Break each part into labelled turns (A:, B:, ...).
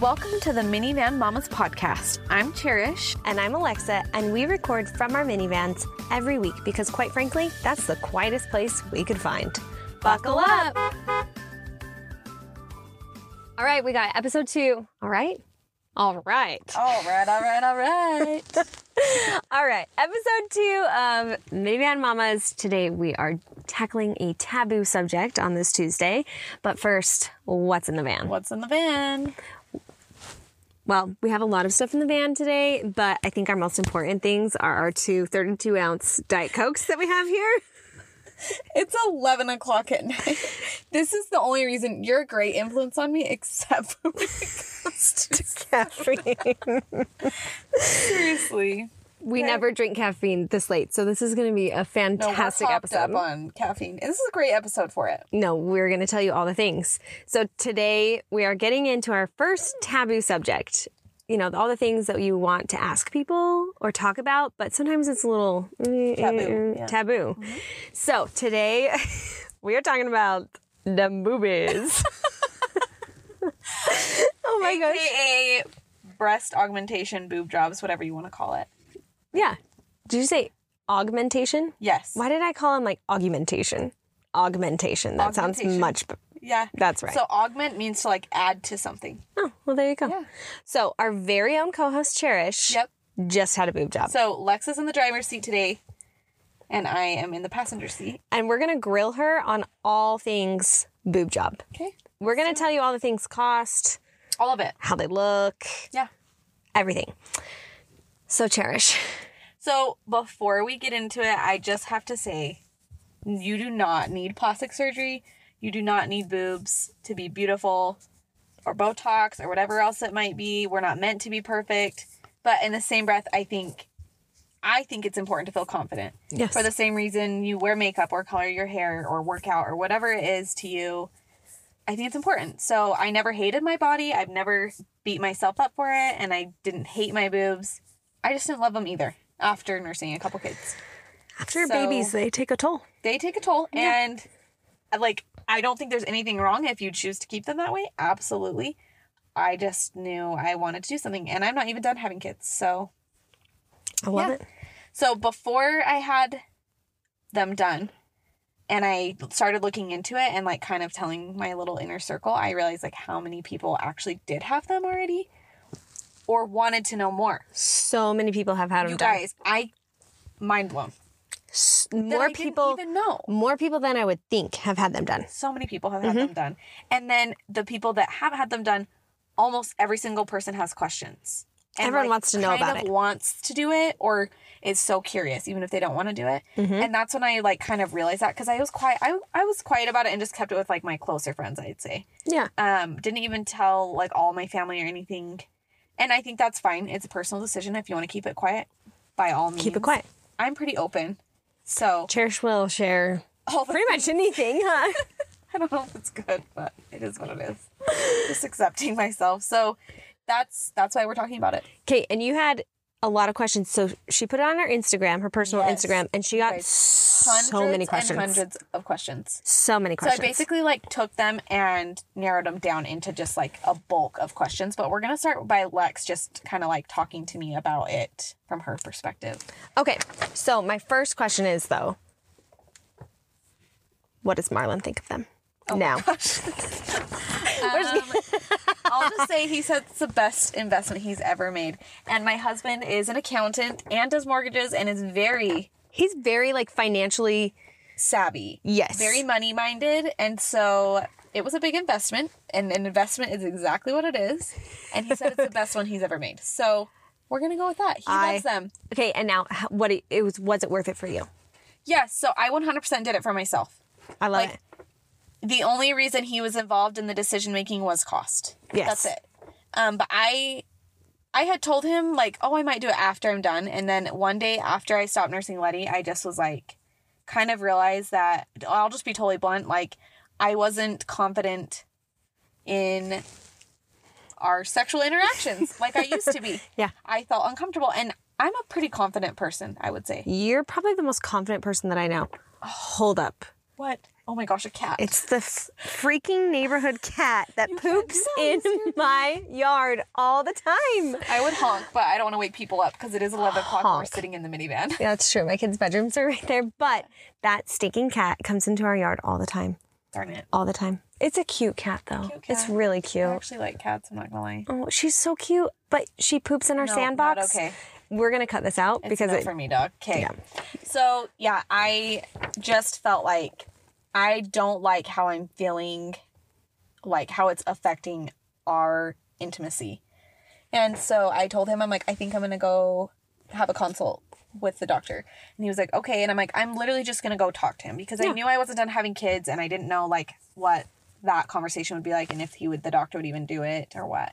A: Welcome to the Minivan Mamas podcast. I'm Cherish.
B: And I'm Alexa, and we record from our minivans every week because, quite frankly, that's the quietest place we could find. Buckle up! All right, we got episode two. All right. All right.
A: All right, all right, all right.
B: All right. Episode two of Minivan Mamas. Today we are tackling a taboo subject on this Tuesday. But first, what's in the van?
A: What's in the van?
B: Well, we have a lot of stuff in the van today, but I think our most important things are our two 32 ounce Diet Cokes that we have here.
A: It's 11 o'clock at night. This is the only reason you're a great influence on me, except for when it comes to
B: Caffeine.
A: seriously.
B: we never drink caffeine this late, so this is going to be a
A: No, we're
B: fantastic
A: hopped
B: episode.
A: up on caffeine. This is a great episode for it.
B: No, we're going to tell you all the things. So today we are getting into our first taboo subject. You know, all the things that you want to ask people or talk about, but sometimes it's a little eh, eh,
A: Taboo,
B: eh,
A: yeah. Mm-hmm.
B: taboo. So today we are talking about the movies. oh my gosh.
A: AKA breast augmentation, boob jobs, whatever you want to call it.
B: Yeah. Did you say augmentation?
A: Yes.
B: Why did I call him like augmentation? Augmentation. That sounds
A: Augmentation.
B: much b-
A: Yeah.
B: That's right.
A: So augment means to like add to something.
B: Oh, well, there you go.
A: Yeah.
B: So, our very own co host, Cherish,
A: Yep.
B: just had a boob job.
A: So Lex is in the driver's seat today, and I am in the passenger seat.
B: and we're going to grill her on all things boob job.
A: Okay.
B: We're going to tell you all the things cost,
A: All of it.
B: how they look,
A: Yeah.
B: everything. So, Cherish,
A: So before we get into it, I just have to say you do not need plastic surgery. You do not need boobs to be beautiful or Botox or whatever else it might be. We're not meant to be perfect. But in the same breath, I think I think it's important to feel confident.
B: Yes.
A: For the same reason you wear makeup or color your hair or work out or whatever it is to you. I think it's important. So I never hated my body. I've never beat myself up for it and I didn't hate my boobs. I just didn't love them either after nursing a couple kids.
B: after
A: so-
B: babies, they take a toll.
A: They take a toll and uh, like I don't think there's anything wrong if you choose to keep them that way. Absolutely. I just knew I wanted to do something and I'm not even done having kids. So
B: I love
A: Yeah.
B: it.
A: so before I had them done and I started looking into it and like kind of telling my little inner circle, I realized like how many people actually did have them already or wanted to know more.
B: So many people have had them
A: You
B: done.
A: guys, I mind blown.
B: S-
A: That
B: More
A: I didn't
B: people.
A: even know.
B: more people than I would think have had them done.
A: So many people have had
B: Mm-hmm.
A: them done. And then the people that have had them done, almost every single person has questions. And
B: Everyone wants to know
A: kind
B: about
A: of
B: it.
A: Wants to do it or is so curious, even if they don't want to do it.
B: Mm-hmm.
A: And that's when I like kind of realized that because I was quiet. I, I was quiet about it and just kept it with like my closer friends, I'd say.
B: Yeah.
A: Um, didn't even tell like all my family or anything. And I think that's fine. It's a personal decision. If you want to keep it quiet, by all means.
B: Keep it quiet.
A: I'm pretty open. So
B: Cherish will share
A: all the
B: pretty much anything, huh?
A: I don't know if it's good, but it is what it is. Just accepting myself. So that's that's why we're talking about it.
B: Okay, and you had a lot of questions. So she put it on her Instagram, her personal
A: Yes.
B: Instagram, and she got
A: Guys,
B: so many questions.
A: and hundreds of questions.
B: So many
A: So I
B: questions.
A: basically like took them and narrowed them down into just like a bulk of questions. But we're gonna start by Lex just kind of like talking to me about it from her perspective.
B: okay, so my first question is though, what does Marlon think of them?
A: Oh
B: now,
A: I'll just say he said it's the best investment he's ever made. And my husband is an accountant and does mortgages and is very
B: he's very like financially.
A: savvy.
B: Yes.
A: Very money minded. And so it was a big investment, and an investment is exactly what it is. And he said it's the best one he's ever made. So we're going to go with that. He
B: I-
A: loves them.
B: Okay, and now h- what it, it was was it worth it for you?
A: Yes. So I 100% did it for myself.
B: I love
A: Like,
B: it.
A: The only reason he was involved in the decision making was cost.
B: Yes.
A: That's it. Um, but I. I had told him like, "Oh, I might do it after I'm done." And then one day after I stopped nursing Letty, I just was like kind of realized that I'll just be totally blunt, like I wasn't confident in our sexual interactions like I used to be.
B: Yeah.
A: I felt uncomfortable and I'm a pretty confident person, I would say.
B: You're probably the most confident person that I know. Hold up.
A: What? Oh my gosh, a cat.
B: It's the f- freaking neighborhood cat that
A: can't do
B: poops
A: that.
B: in
A: It's your
B: my yard all the time.
A: I would honk, but I don't want to wake people up because it is 11 o'clock and we're
B: Honk.
A: sitting in the minivan.
B: Yeah, that's true. My kids' bedrooms are right there, but that stinking cat comes into our yard all the time.
A: Darn it.
B: All the time. It's a cute cat, though.
A: Cute
B: It's
A: cat.
B: really
A: I
B: cute.
A: actually like cats, I'm not gonna lie.
B: Oh, she's so cute, but she poops in our
A: No,
B: sandbox.
A: Not okay.
B: We're gonna cut this out
A: It's
B: because
A: enough
B: it,
A: for me, dog. Okay.
B: Yeah.
A: So yeah, I just felt like I don't like how I'm feeling, like how it's affecting our intimacy. And so I told him, I'm like, I think I'm gonna go have a consult with the doctor. And he was like, okay. And I'm like, I'm literally just gonna go talk to him because I
B: Yeah.
A: knew I wasn't done having kids and I didn't know like what that conversation would be like and if he would the doctor would even do it or what.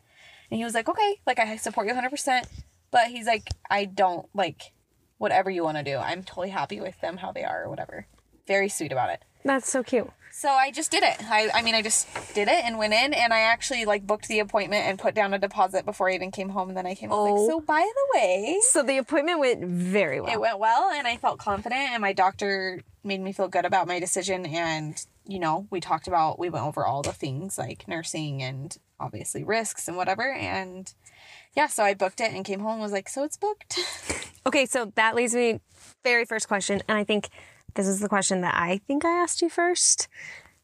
A: And he was like, okay, like I support you 100%. But he's like, I don't like whatever you want to do. I'm totally happy with them, how they are, or whatever. Very sweet about it.
B: that's so cute.
A: So I just did it. I, I mean, I just did it and went in, and I actually like booked the appointment and put down a deposit before I even came home. And then I came home
B: Oh.
A: like, so by the way,
B: So the appointment went very well.
A: it went well, and I felt confident, and my doctor made me feel good about my decision. And you know, we talked about, we went over all the things like nursing and obviously risks and whatever. And yeah, so I booked it and came home and was like, so it's booked.
B: Okay, so that leads me very first question, and I think this is the question that I think I asked you first.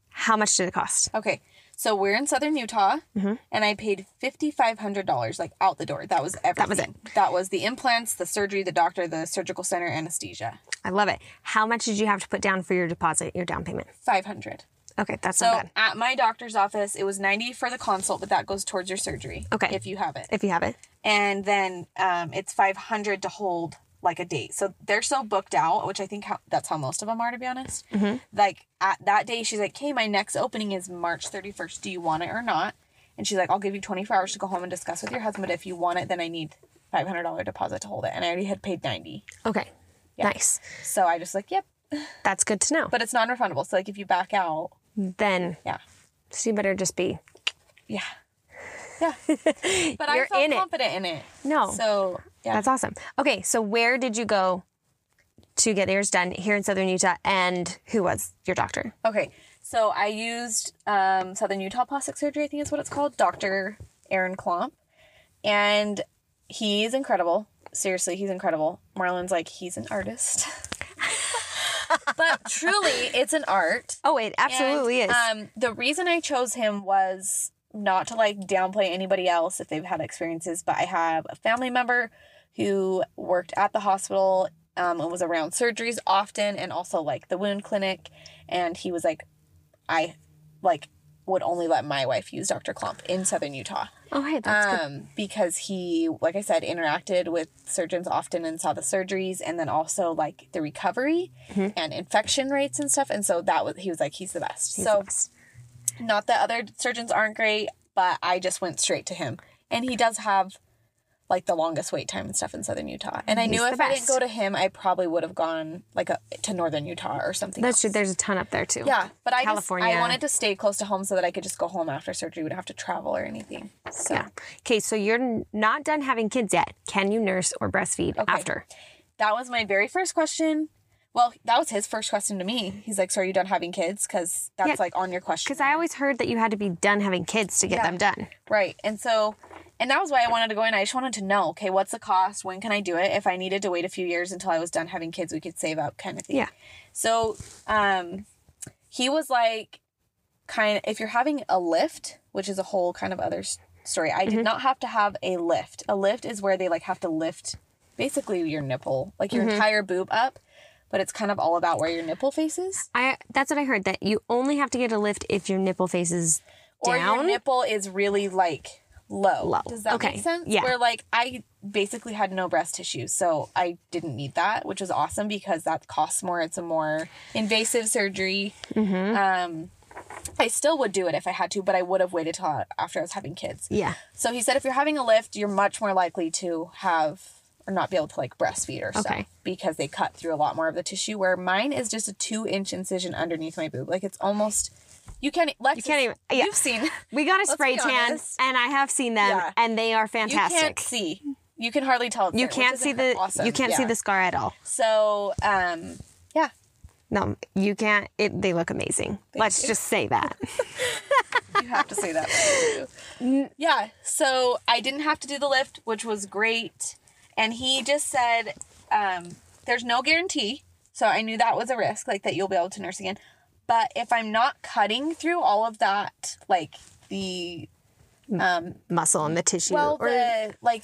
B: How much did it cost?
A: Okay. So we're in southern Utah,
B: Mm-hmm.
A: and I paid fifty five hundred dollars, like out the door. That was everything. That
B: was
A: That was the implants, the surgery, the doctor, the surgical center, anesthesia.
B: I love it. How much did you have to put down for your deposit, your down payment?
A: Five hundred.
B: Okay, that's
A: So
B: not bad.
A: at my doctor's office, it was ninety for the consult, but that goes towards your surgery.
B: Okay.
A: If you have it,
B: If you have it,
A: and then um, it's five hundred to hold like a date. So they're so booked out, which I think how, that's how most of them are, to be honest.
B: Mm-hmm.
A: Like at that day, she's like, "Hey, my next opening is March thirty first. Do you want it or not?" And she's like, "I'll give you twenty four hours to go home and discuss with your husband. If you want it, then I need five hundred dollar deposit to hold it." And I already had paid ninety,
B: okay, nice.
A: so I just like, "Yep,"
B: That's good to know. But
A: but it's non refundable. So like, if you back out,
B: then,
A: yeah,
B: so you better just be
A: yeah, yeah. But I
B: You're
A: felt
B: in it.
A: confident in it.
B: no.
A: So yeah,
B: That's awesome. Okay, so where did you go to get yours done here in Southern Utah, and who was your doctor?
A: Okay, so I used um, Southern Utah Plastic Surgery, I think is what it's called, Dr. Aaron Klomp. And he's incredible. Seriously, he's incredible. Marlon's like, he's an artist. but truly, it's an art.
B: Oh, it absolutely
A: And,
B: is.
A: Um, the reason I chose him was not to like downplay anybody else if they've had experiences, but I have a family member who worked at the hospital um, and was around surgeries often and also like the wound clinic. And he was like, I like would only let my wife use Dr. Klump in southern Utah
B: oh, hey, that's good.
A: um, because he, like I said, interacted with surgeons often and saw the surgeries, and then also like the recovery
B: Mm-hmm.
A: and infection rates and stuff. And so that was he was like he's the best. so not that other surgeons aren't great, but I just went straight to him, and he does have like the longest wait time and stuff in southern Utah. And I knew
B: the
A: if I didn't
B: best.
A: go to him, I probably would have gone like a, to northern Utah or something.
B: That's true.
A: else.
B: There's a ton up there too.
A: Yeah, but I just
B: California.
A: I wanted to stay close to home so that I could just go home after surgery, wouldn't have to travel or anything. So
B: Yeah. Okay, so you're n- not done having kids yet. Can you nurse or breastfeed after?
A: that was my very first question. Well, that was his first question to me. He's like, "So are you done having kids?" Because that's
B: Yeah.
A: like on your question,
B: Because I always heard that you had to be done having kids to get
A: Yeah.
B: them done.
A: right? And so, and that was why I wanted to go in. I just wanted to know, okay, what's the cost? When can I do it? If I needed to wait a few years until I was done having kids, we could save up, kind of thing.
B: Yeah.
A: So, um, he was like, kind of, if you're having a lift, which is a whole kind of other s- story, I did not have to have a lift. A lift is where they like have to lift basically your nipple, like your entire boob up, but it's kind of all about where your nipple faces.
B: I that's what I heard that you only have to get a lift if your nipple faces
A: Or your
B: down.
A: nipple is really like low.
B: Low.
A: Does that
B: Okay.
A: make sense?
B: Yeah.
A: Where like I basically had no breast tissue, so I didn't need that, which was awesome because that costs more. It's a more invasive surgery.
B: Mm-hmm.
A: Um, I still would do it if I had to, but I would have waited till after I was having kids.
B: yeah.
A: So he said if you're having a lift, you're much more likely to have or not be able to like breastfeed or stuff
B: Okay.
A: because they cut through a lot more of the tissue. Where mine is just a two inch incision underneath my boob, like it's almost you can't. Lex, you
B: can't even- yeah.
A: You've seen.
B: We got a spray
A: be
B: tan,
A: honest.
B: and I have seen them,
A: Yeah.
B: and they are
A: You
B: fantastic.
A: can't see. You can hardly tell. It's
B: You
A: there, which
B: can't
A: is
B: see the
A: awesome.
B: you can't see
A: Yeah.
B: the scar at all.
A: So um, yeah,
B: No, you can't. It, they look amazing. Let's just say that.
A: You have to say that. when you do. yeah. So I didn't have to do the lift, which was great. And he just said, um, there's no guarantee. So I knew that was a risk, like that you'll be able to nurse again. But if I'm not cutting through all of that, like the
B: Muscle and the tissue.
A: well,
B: or-
A: the like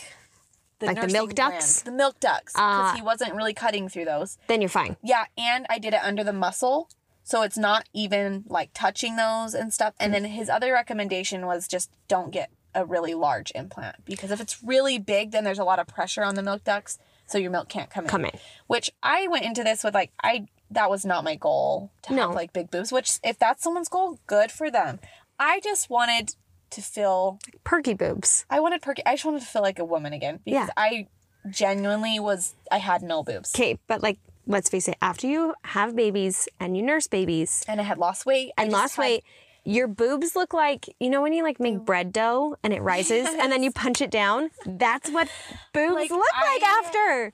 A: the,
B: Like the
A: nursing
B: milk
A: gland-
B: ducts?
A: the milk ducts, because
B: Ah.
A: he wasn't really cutting through those.
B: then you're fine.
A: Yeah, and I did it under the muscle, so it's not even like touching those and stuff. And then his other recommendation was just don't get a really large implant because if it's really big, then there's a lot of pressure on the milk ducts, so your milk can't come in.
B: Come in.
A: Which I went into this with like I that was not my goal to
B: No.
A: have like big boobs. Which if that's someone's goal, good for them. I just wanted to feel
B: Perky boobs.
A: I wanted perky. I just wanted to feel like a woman again because
B: Yeah.
A: I genuinely was. I had no boobs,
B: Okay, but like, let's face it. After you have babies and you nurse babies
A: and I had lost weight. I
B: and
A: just
B: lost
A: had-
B: weight, your boobs look like you know when you like make bread dough and it rises and then you punch it down. That's what boobs
A: Like,
B: look like
A: I-
B: after.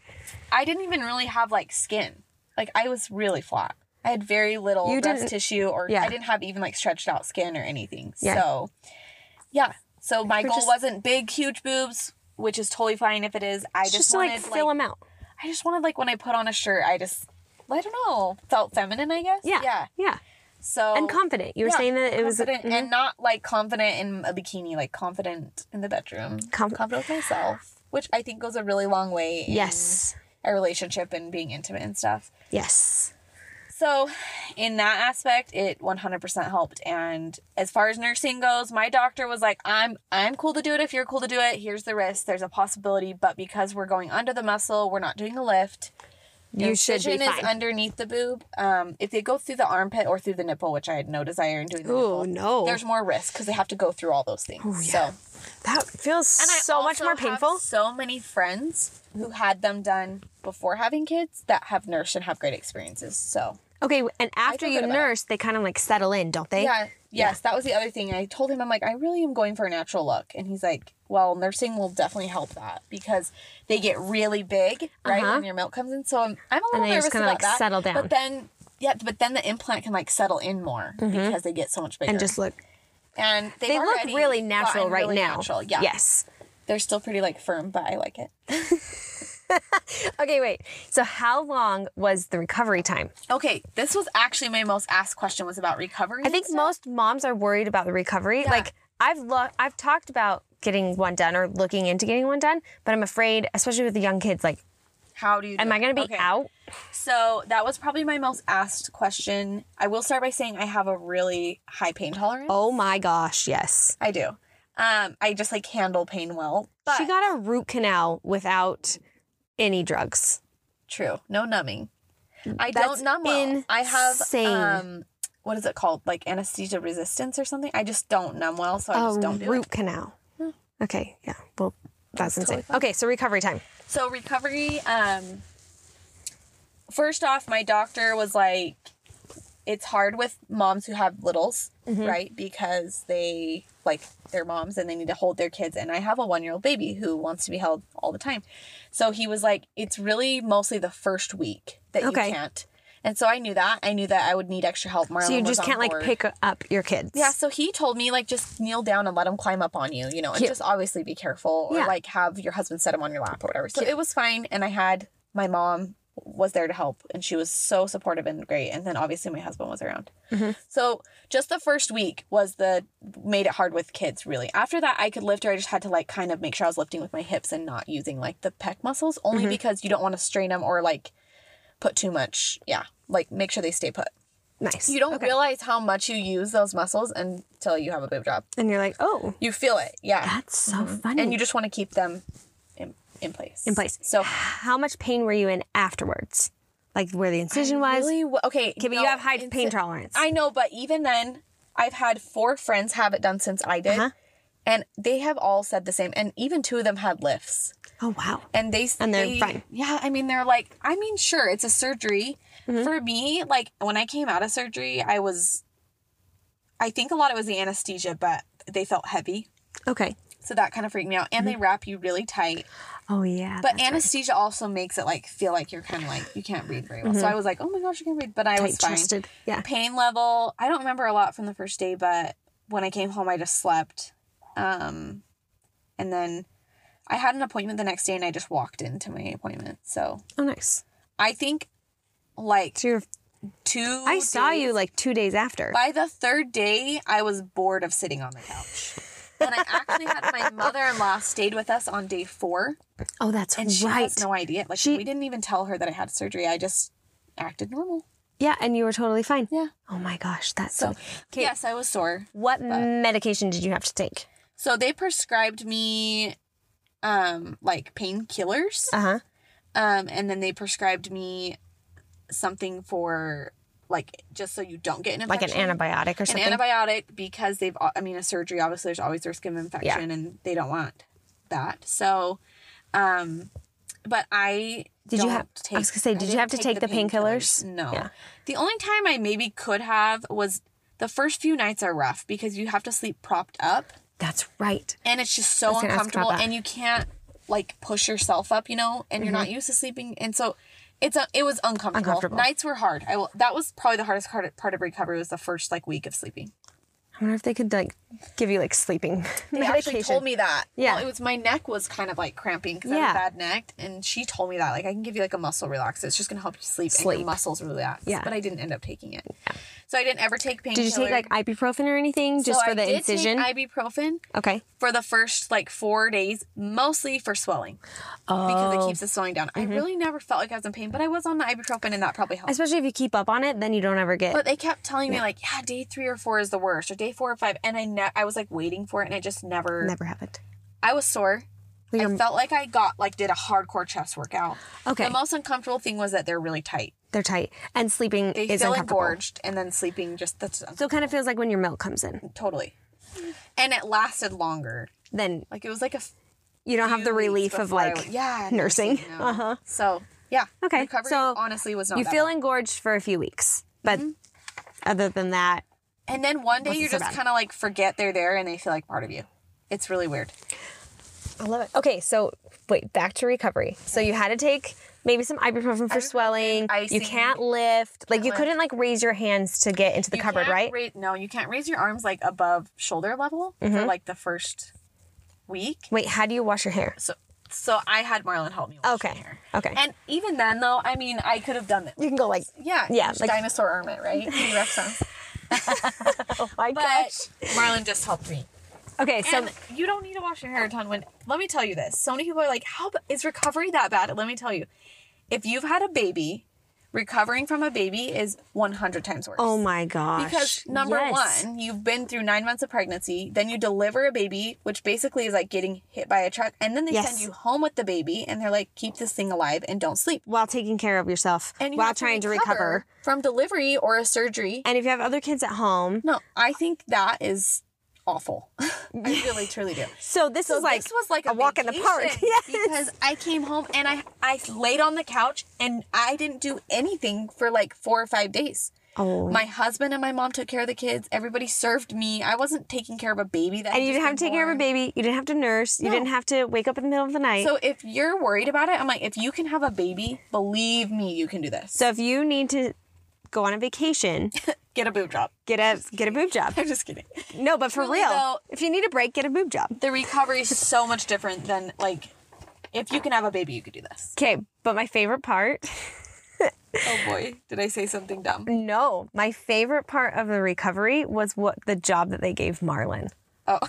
A: I didn't even really have like skin. Like I was really flat. I had very little
B: You
A: breast
B: didn't-
A: tissue, or
B: yeah.
A: I didn't have even like stretched out skin or anything.
B: Yeah.
A: So, yeah. So my
B: We're
A: goal
B: just-
A: wasn't big, huge boobs, which is totally fine if it is. I just,
B: Just, to
A: wanted
B: like fill them out.
A: I just wanted like when I put on a shirt, I just I don't know, felt feminine. I guess.
B: Yeah,
A: Yeah.
B: yeah,
A: So
B: and confident. You were
A: yeah,
B: saying that it was mm-hmm.
A: confident and not like confident in a bikini, like confident in the bedroom,
B: Com-
A: confident with myself, which I think goes a really long way. in
B: yes,
A: a relationship and being intimate and stuff.
B: yes.
A: So, in that aspect, it 100% helped. And as far as nursing goes, my doctor was like, "I'm I'm cool to do it if you're cool to do it. Here's the risk. There's a possibility, but because we're going under the muscle, we're not doing a lift. The
B: You should be
A: incision is
B: fine.
A: underneath the boob. Um, if they go through the armpit or through the nipple, which I had no desire in doing. The
B: Oh
A: nipple,
B: no,
A: there's more risk because they have to go through all those things. So
B: that feels
A: and I
B: so much
A: also
B: more
A: have
B: painful.
A: so many friends who had them done before having kids that have nursed and have great experiences. So
B: Okay, and after
A: feel
B: you
A: good about it.
B: nurse, they kind of like settle in, don't they?
A: yeah, yes, that was the other thing. I told him I'm like I really am going for a natural look, and he's like, well, nursing will definitely help that because they get really big, right,
B: Uh-huh.
A: when your milk comes in. So I'm, I'm a little
B: And they
A: nervous
B: just kinda,
A: about
B: like,
A: that.
B: settle down.
A: But then yeah, but then the implant can like settle in more because they get so much bigger.
B: Mm-hmm. and just look.
A: and they've
B: They look
A: already
B: really natural
A: gotten
B: right
A: really
B: now.
A: natural, Yeah,
B: Yes.
A: they're still pretty like firm, but I like it.
B: Okay, wait. So how long was the recovery time?
A: Okay, this was actually my most asked question was about recovery.
B: I think most moms are worried about the recovery. Like I've lo- I've talked about getting one done or looking into getting one done, but I'm afraid, especially with the young kids, like
A: how do you?
B: am I going to be out?
A: So that was probably my most asked question. I will start by saying I have a really high pain tolerance.
B: Oh my gosh, yes.
A: I do. Um, I just like handle pain well. But
B: she got a root canal without any drugs.
A: true, no numbing. I
B: That's
A: don't numb well. I have
B: insane.
A: um, what is it called? Like anesthesia resistance or something. I just don't numb well, so I
B: A
A: just Oh, don't do it. Hmm.
B: root canal. Okay, yeah. Well, that's, insane.
A: totally fine.
B: okay, so recovery time.
A: So recovery, um first off, my doctor was like it's hard with moms who have littles,
B: Mm-hmm.
A: right? Because they like their moms and they need to hold their kids and I have a 1-year-old baby who wants to be held all the time. So he was like it's really mostly the first week that
B: Okay.
A: you can't. And so I knew that. I knew that I would need extra help. Marlon
B: So you
A: was
B: just
A: on
B: can't like
A: board.
B: pick up your kids.
A: Yeah, so he told me like just kneel down and let him climb up on you, you know, and
B: Cute.
A: just obviously be careful or
B: Yeah.
A: like have your husband set him on your lap or whatever. So it was fine and I had my mom was there to help and she was so supportive and great and then obviously my husband was around. So just the first week was the made it hard with kids really. After that I could lift her. I just had to like kind of make sure I was lifting with my hips and not using like the pec muscles only because you don't want to strain them or like put too much. Yeah. Like make sure they stay put.
B: Nice.
A: You don't realize how much you use those muscles until you have a boob job.
B: and you're like, "Oh,
A: You feel it, yeah.
B: that's so funny."
A: Mm-hmm. And you just want to keep them in, in place.
B: in place.
A: So
B: how much pain were you in afterwards? Like where the incision was?
A: really, wa- okay.
B: Okay, but you have high pain tolerance.
A: I know, but even then, I've had four friends have it done since I did,
B: Uh-huh.
A: and they have all said the same. And even two of them had lifts,
B: oh wow.
A: and they
B: And they're
A: they-
B: fine.
A: Yeah, I mean, they're like, I mean, sure, it's a surgery.
B: Mm-hmm.
A: For me, like when I came out of surgery, I was, I think a lot of it was the anesthesia, but they felt heavy.
B: Okay.
A: So that kind of freaked me out. And they wrap you really tight.
B: Oh yeah.
A: But
B: Mm-hmm. that's right.
A: anesthesia also makes it like feel like you're kind of like you can't breathe very well.
B: Mm-hmm.
A: So I was like, oh my gosh, I can't breathe. But I was fine.
B: Tight-chested. Yeah.
A: Pain level, I don't remember a lot from the first day, but when I came home, I just slept. Um, and then I had an appointment the next day and I just walked into my appointment. So
B: Oh nice.
A: I think like
B: So you're,
A: two.
B: I saw
A: days-
B: you like two days after.
A: By the third day, I was bored of sitting on the couch. And I actually had my mother in law stayed with us on day four,
B: Oh, that's
A: and she
B: right.
A: has no idea. Like
B: She-
A: we didn't even tell her that I had surgery. I just acted normal.
B: yeah, and you were totally fine.
A: Yeah.
B: Oh my gosh, that's so.
A: So yes, I was sore.
B: What medication did you have to take?
A: So they prescribed me, um, like painkillers,
B: Uh huh.
A: um, and then they prescribed me something for like just so you don't get an
B: Like
A: infection.
B: an antibiotic or
A: an
B: something.
A: antibiotic because they've i mean a surgery obviously there's always risk of infection and they don't want that so um but i
B: Did you
A: don't
B: have- I was gonna say,
A: I
B: did you
A: didn't
B: have to take the painkillers?
A: no
B: Yeah.
A: the only time i maybe could have was the first few nights are rough because you have to sleep propped up
B: that's right.
A: and it's just so
B: was gonna ask
A: uncomfortable
B: about that.
A: and you can't like push yourself up you know and you're not used to sleeping and so it's a, it was uncomfortable.
B: Mm-hmm. Uncomfortable.
A: Nights were hard. I will, that was probably the hardest part, part of recovery was the first like week of sleeping.
B: I wonder if they could like give you like sleeping
A: They
B: medication.
A: actually told me that.
B: Yeah.
A: Well, it was my neck was kind of like cramping because I
B: Yeah.
A: had a bad neck. And she told me that, like, I can give you like a muscle relaxer. It's just going to help you sleep, and
B: Sleep.
A: your muscles relax.
B: Yeah.
A: But I didn't end up taking it. So I didn't ever take painkiller.
B: Did you take like ibuprofen or anything
A: So
B: just for
A: I
B: the
A: did
B: incision?
A: Take ibuprofen
B: okay.
A: for the first like four days, mostly for swelling because
B: Oh.
A: it keeps the swelling down.
B: Mm-hmm.
A: I really never felt like I was in pain, but I was on the ibuprofen and that probably helped.
B: Especially if you keep up on it, then you don't ever get.
A: But they kept telling me like, yeah, day three or four is the worst, or day four or five, and I ne- I was like waiting for it, and I just never.
B: never happened.
A: I was sore. I felt like I got like did a hardcore chest workout.
B: Okay.
A: The most uncomfortable thing was that they're really tight.
B: They're tight, and sleeping
A: They
B: is
A: feel
B: uncomfortable.
A: engorged and then sleeping just that's
B: So it kind of feels like when your milk comes in,
A: totally. And it lasted longer.
B: then
A: Like it was like a f-
B: you don't have the
A: few weeks
B: relief of
A: before I
B: like
A: went- yeah
B: nursing. Uh-huh.
A: no. So yeah.
B: Okay,
A: Recovery
B: so
A: honestly was not.
B: you
A: that Mm-hmm.
B: feel
A: bad.
B: engorged for a few weeks, but other than that,
A: And then one day you
B: so
A: just
B: bad.
A: kind of like forget they're there and they feel like part of you. It's really weird.
B: I love it. Okay, so wait, back to recovery. So you had to take maybe some ibuprofen for swelling.
A: icing.
B: You can't lift. Like you
A: lift.
B: couldn't like raise your hands to get into the
A: You
B: cupboard,
A: can't
B: right?
A: ra- no, you can't raise your arms like above shoulder level
B: Mm-hmm.
A: for like the first week.
B: wait, how do you wash your hair?
A: So so I had Marlon help me. wash
B: Okay.
A: my hair.
B: Okay.
A: And even then though, I mean, I could have done it.
B: You can go like,
A: Yeah.
B: Yeah,
A: just
B: like-
A: dinosaur hermit, right? T-Rex sounds.
B: oh my
A: But Marlon just helped me.
B: Okay, so
A: And you don't need to wash your hair a ton when let me tell you this. So many people are like, "How b- is recovery that bad?" Let me tell you. If you've had a baby, recovering from a baby is 100 times worse.
B: oh my gosh.
A: because number
B: Yes.
A: one, you've been through nine months of pregnancy, then you deliver a baby, which basically is like getting hit by a truck, and then they
B: Yes.
A: send you home with the baby, and they're like, "Keep this thing alive and don't sleep."
B: while taking care of yourself,
A: and you
B: while
A: have
B: trying to recover.
A: from delivery or a surgery.
B: And if you have other kids at home,
A: no, I think that is awful. I really truly do.
B: so this
A: So
B: is like
A: this was like a,
B: walk in the park.
A: vacation
B: Yes.
A: because I came home and I I laid on the couch and I didn't do anything for like four or five days.
B: oh.
A: My husband and my mom took care of the kids. Everybody served me. I wasn't taking care of a baby that
B: and you didn't have to take care of a baby. You didn't have to nurse. You
A: No.
B: didn't have to wake up in the middle of the night.
A: So if you're worried about it, I'm like, if you can have a baby, believe me, you can do this.
B: so if you need to go on a vacation,
A: Get a boob job.
B: get a get a boob job.
A: I'm just kidding.
B: No, but for
A: Really,
B: real,
A: though-
B: if you need a break, get a boob job.
A: the recovery is so much different than like if you can have a baby you could do this
B: Okay, but my favorite part,
A: oh boy did i say something dumb
B: no, my favorite part of the recovery was what the job that they gave Marlon.
A: oh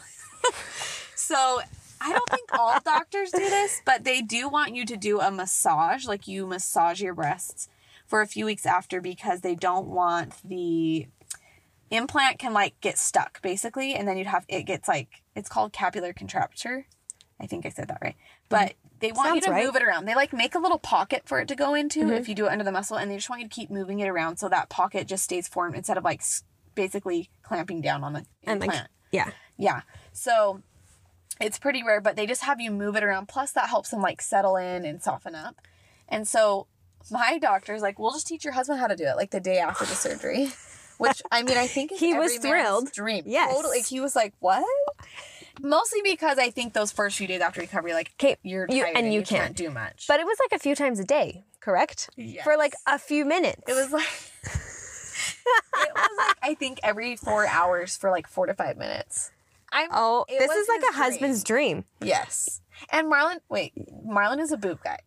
A: so i don't think all doctors do this but they do want you to do a massage like you massage your breasts for a few weeks after because they don't want the implant can like get stuck basically and then you'd have it gets like it's called capillary contracture i think i said that right but they want
B: Mm-hmm. Sounds
A: you to
B: right. Mm-hmm.
A: move it around they like make a little pocket for it to go into if you do it under the muscle and they just want you to keep moving it around so that pocket just stays formed instead of like s- basically clamping down on the
B: And
A: implant
B: like, yeah,
A: yeah so it's pretty rare but they just have you move it around plus that helps them like settle in and soften up and so my doctor's like we'll just teach your husband how to do it like the day after the surgery which i mean i think is
B: He was
A: every man's
B: thrilled.
A: dream
B: Yes.
A: totally he was like what Mostly because I think those first few days after recovery, like
B: Okay,
A: you're
B: you-
A: tired
B: and you
A: can't.
B: can't.
A: do much.
B: But it was like a few times a day, correct? For like a few minutes.
A: it was like it was like I think every four hours for like four to five minutes. I'm
B: Oh,
A: it
B: this
A: was
B: is like a
A: his
B: husband's dream.
A: yes. And Marlon, wait, Marlon is a boob guy.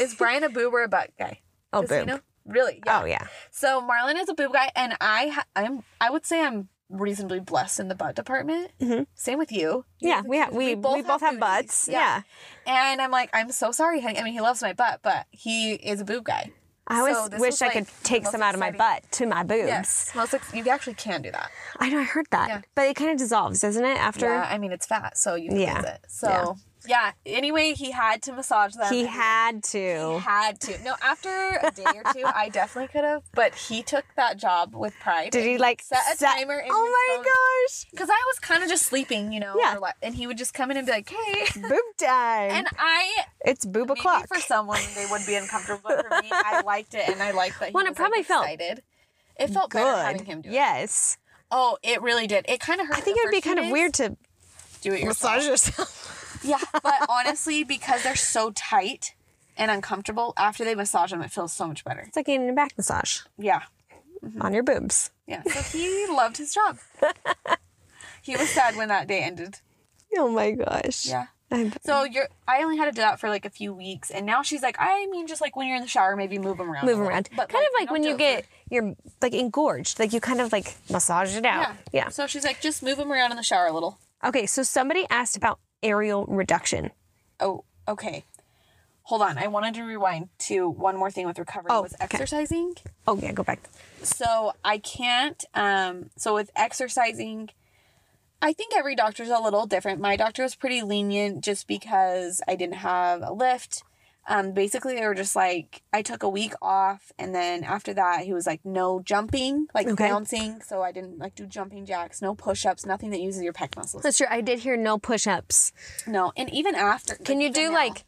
A: Is Brian a boob or a butt guy?
B: Oh,
A: Does he
B: boob.
A: know? Really? Yeah.
B: Oh, yeah.
A: So Marlon is a boob guy, and I ha- I'm I would say I'm reasonably blessed in the butt department.
B: Mhm.
A: Same with you. You
B: Yeah,
A: have a
B: we, ha-
A: cute-
B: we, we both, have,
A: booties.
B: butts. Yeah.
A: And I'm like, I'm so sorry, honey. I mean, he loves my butt, but he is a boob guy.
B: I always
A: So this
B: wish
A: was,
B: I could
A: like, the
B: take
A: most
B: some out of my
A: exciting-
B: butt to my boobs.
A: Yes. Most ex- you actually can do that.
B: I know, I heard that.
A: Yeah.
B: But it kind of dissolves, doesn't it? After
A: Yeah, I mean, it's fat, so you can
B: Yeah.
A: use it. So, yeah. Anyway, he had to massage them.
B: he
A: and
B: had
A: He
B: to.
A: had to. No, after a day or two, I definitely could have, but he took that job with pride.
B: Did
A: and
B: he like
A: set a
B: set-
A: timer? In
B: oh my gosh,
A: Because I was kind of just sleeping, you know.
B: Yeah.
A: or like- and he would just come in and be like, "Hey,"
B: boob time!
A: and I
B: it's boob o'clock.
A: Maybe for someone they would be uncomfortable, but for me, I liked it and I liked that. He
B: Well, and
A: was,
B: it probably
A: like,
B: felt
A: excited. It felt better having him do
B: Good.
A: it.
B: Yes,
A: Oh, it really did. It kind of hurt.
B: I think it would be kind of weird to
A: Do it yourself.
B: massage yourself.
A: Yeah, but honestly, because they're so tight and uncomfortable, after they massage them, it feels so much better.
B: It's like getting a back massage
A: Yeah, Mm-hmm.
B: on your boobs.
A: yeah. So he loved his job. He was sad when that day ended.
B: Oh my gosh.
A: Yeah.
B: I'm-
A: So you're. I only had to do that for like a few weeks, and now she's like, I mean, just like when you're in the shower, maybe move them around. a
B: move
A: little.
B: around.
A: But
B: kind of like
A: don't
B: when
A: do
B: you
A: it for-
B: get you're like engorged, like you kind of like massage it out. Yeah.
A: So she's like, just move him around in the shower a little.
B: Okay, so somebody asked about aerial reduction.
A: Oh, okay. Hold on. I wanted to rewind to one more thing with recovery
B: Oh,
A: was
B: okay.
A: exercising.
B: Oh yeah, go back.
A: So I can't um so with exercising I think every doctor's a little different. My doctor was pretty lenient just because I didn't have a lift. Um basically they were just like I took a week off and then after that he was like no jumping, like
B: Okay.
A: bouncing, so I didn't like do jumping jacks, no push-ups, nothing that uses your pec muscles.
B: That's true. I did hear no push-ups.
A: No, and even after
B: Can you
A: even
B: do
A: now,
B: like,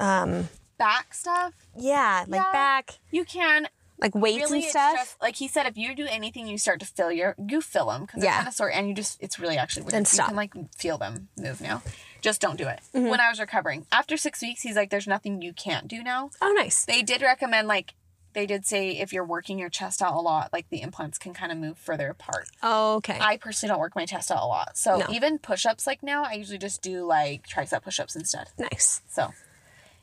B: um,
A: back stuff?
B: yeah, like
A: Yeah.
B: back,
A: You can
B: like weights
A: really
B: and
A: it's
B: stuff?
A: just- like he said, if you do anything, you start to feel your you feel them because
B: Yeah.
A: they're kind of sore, and you just it's really actually weird.
B: Then
A: You
B: stop. Mm-hmm.
A: can like feel them move now. Just don't do it. When I was recovering after six weeks, he's like, "There's nothing you can't do now."
B: oh, nice.
A: They did recommend like they did say if you're working your chest out a lot, like the implants can kind of move further apart.
B: Oh, Okay.
A: I personally don't work my chest out a lot, so
B: No.
A: even push ups like now, I usually just do like tricep push ups instead.
B: nice.
A: So,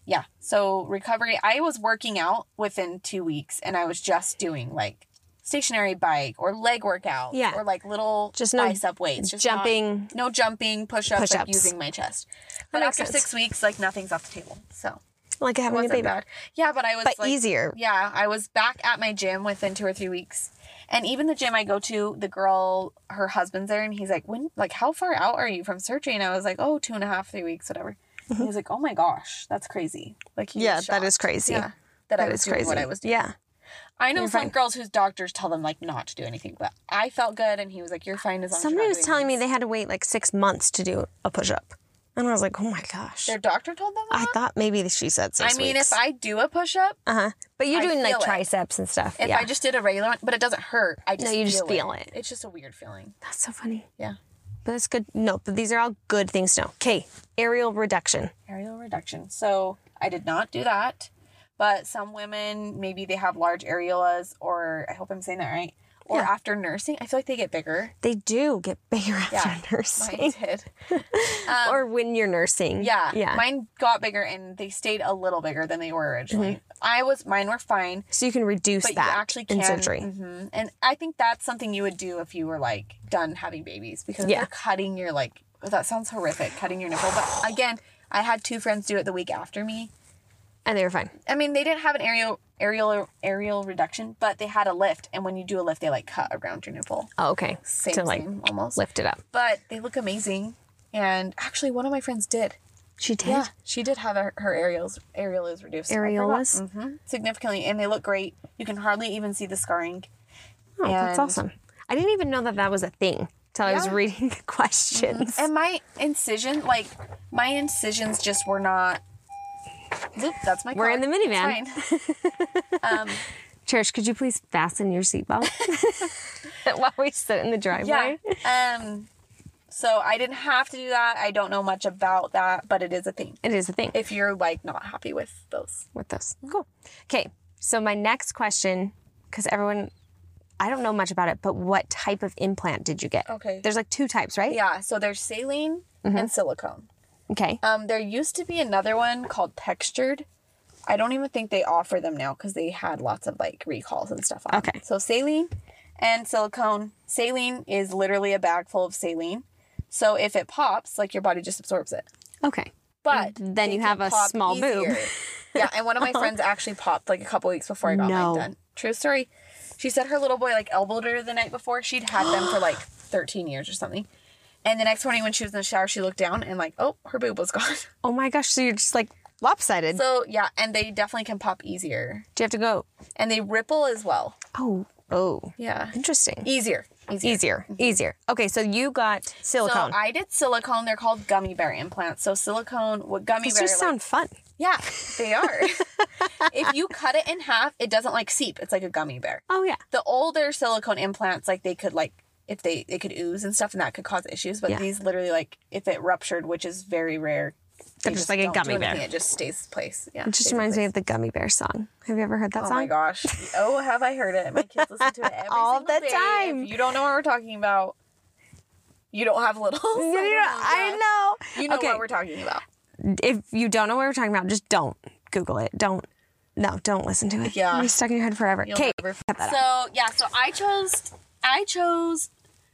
A: yeah. So recovery, I was working out within two weeks, and I was just doing like stationary bike or leg workout,
B: Yeah.
A: or like little
B: Just no
A: bicep weights, just
B: jumping.
A: not- no jumping, push ups, like
B: Push-ups.
A: using my chest. But
B: makes
A: after
B: sense.
A: six weeks, like nothing's off the table. So
B: like
A: it
B: having a
A: wasn't
B: baby,
A: bad. Yeah, but I was
B: but
A: like,
B: easier.
A: yeah, I was back at my gym within two or three weeks. And even the gym I go to, the girl, her husband's there, and he's like, When, like, how far out are you from surgery? And I was like, Oh, two and a half, three weeks, whatever. And he was like, Oh my gosh, that's crazy. Like, he
B: Mm-hmm. Yeah,
A: was
B: that is
A: shocked.
B: crazy.
A: Yeah, that, I
B: That
A: was
B: is
A: doing
B: crazy.
A: what I was doing.
B: Yeah.
A: I know
B: You're
A: some
B: fine.
A: girls whose doctors tell them, like, not to do anything, but I felt good, and he was like, You're fine as long
B: Somebody
A: as
B: was
A: you're not
B: telling
A: doing
B: me they had to wait like six months to do a push-up, and I was like, oh my
A: this."
B: gosh.
A: Their doctor told them that?
B: I thought maybe she said six
A: I mean,
B: weeks.
A: if I do a push up,
B: Uh huh. But you're
A: I
B: doing like
A: feel it.
B: triceps and stuff.
A: if
B: yeah.
A: I just did a regular one, but it doesn't hurt. I just
B: you just feel it.
A: It's just a weird feeling.
B: That's so funny.
A: Yeah.
B: But that's good. No, but these are all good things to know. Okay, aerial reduction.
A: aerial reduction. So I did not do that, but some women maybe they have large areolas, or I hope I'm saying that right. Or
B: Yeah.
A: after nursing, I feel like they get bigger.
B: They do get bigger after
A: Yeah, Mine
B: nursing,
A: did.
B: or when you're nursing.
A: Yeah,
B: yeah.
A: Mine got bigger, and they stayed a little bigger than they were originally. I was mine were fine,
B: so you can reduce
A: but
B: that
A: you actually can
B: Mm-hmm. in surgery.
A: hmm And I think that's something you would do if you were like done having babies because
B: Yeah.
A: you're cutting your like. That sounds horrific, cutting your nipple. But again, I had two friends do it the week after me.
B: and they were fine.
A: I mean, they didn't have an aerial aerial aerial reduction, but they had a lift, and when you do a lift, they like cut around your nipple.
B: Oh, okay.
A: Same,
B: to like
A: same, almost.
B: lift it up.
A: But they look amazing, and actually, one of my friends did.
B: She did.
A: Yeah, she did have her, her aerials aerial is reduced. I forgot.
B: Areolas?
A: Mhm. significantly, and they look great. You can hardly even see the scarring.
B: Oh, that's
A: And-
B: awesome. I didn't even know that that was a thing till I was
A: Yeah. Mm-hmm.
B: reading the questions.
A: And my incision, like my incisions, just were not. Oop, that's my.
B: We're
A: car.
B: in the minivan.
A: It's fine. um,
B: Cherish, could you please fasten your seatbelt while we sit in the driveway?
A: Yeah. Um, So I didn't have to do that. I don't know much about that, but it is a thing.
B: It is a thing
A: If you're like not happy with those.
B: with those. Cool. Okay. So my next question, because everyone, I don't know much about it, but what type of implant did you get?
A: Okay.
B: There's like two types, right?
A: Yeah, so there's saline and silicone.
B: Okay.
A: Um, there used to be another one called textured. I don't even think they offer them now because they had lots of like recalls and stuff on. them.
B: Okay.
A: So saline and silicone. Saline is literally a bag full of saline. So if it pops, like your body just absorbs it.
B: Okay.
A: But
B: Then
A: they
B: you have
A: can
B: a
A: pop
B: small boob.
A: easier. yeah, and one of my friends actually popped like a couple weeks before I got
B: No.
A: mine done. True story. She said her little boy like elbowed her the night before. She'd had them for like 13 years or something. And the next morning when she was in the shower, she looked down and like, oh, her boob was gone.
B: Oh my gosh. So you're just like lopsided.
A: So yeah, and they definitely can pop easier,
B: Do you have to go?
A: and they ripple as well.
B: Oh. Oh.
A: Yeah,
B: Interesting.
A: easier, easier.
B: Easier. Easier. Okay. So you got silicone.
A: So uh, I did silicone. They're called gummy bear implants. So silicone, what gummy
B: These
A: bear?
B: just
A: like-
B: sound fun.
A: yeah, they are. if you cut it in half, it doesn't like seep. It's like a gummy bear.
B: Oh yeah.
A: The older silicone implants, like they could like if they it could ooze and stuff, and that could cause issues. But
B: Yeah.
A: these literally like if it ruptured, which is very rare.
B: They're
A: they
B: just like a
A: don't do
B: gummy bear.
A: anything. It just stays place. Yeah,
B: It just reminds me of the Gummy Bear song. Have you ever heard that
A: Oh
B: song?
A: my gosh. Oh, have I heard it? My kids listen to it every
B: All
A: single
B: the
A: day. If
B: time.
A: you don't know what we're talking about. You don't have little.
B: You know, I know.
A: Oh You know
B: okay.
A: what we're talking about.
B: if you don't know what we're talking about, just don't Google it. Don't. No, don't listen to it.
A: Yeah.
B: It'll be stuck in your head forever.
A: You'll
B: Okay.
A: never-
B: cut that out.
A: So yeah, so I chose I chose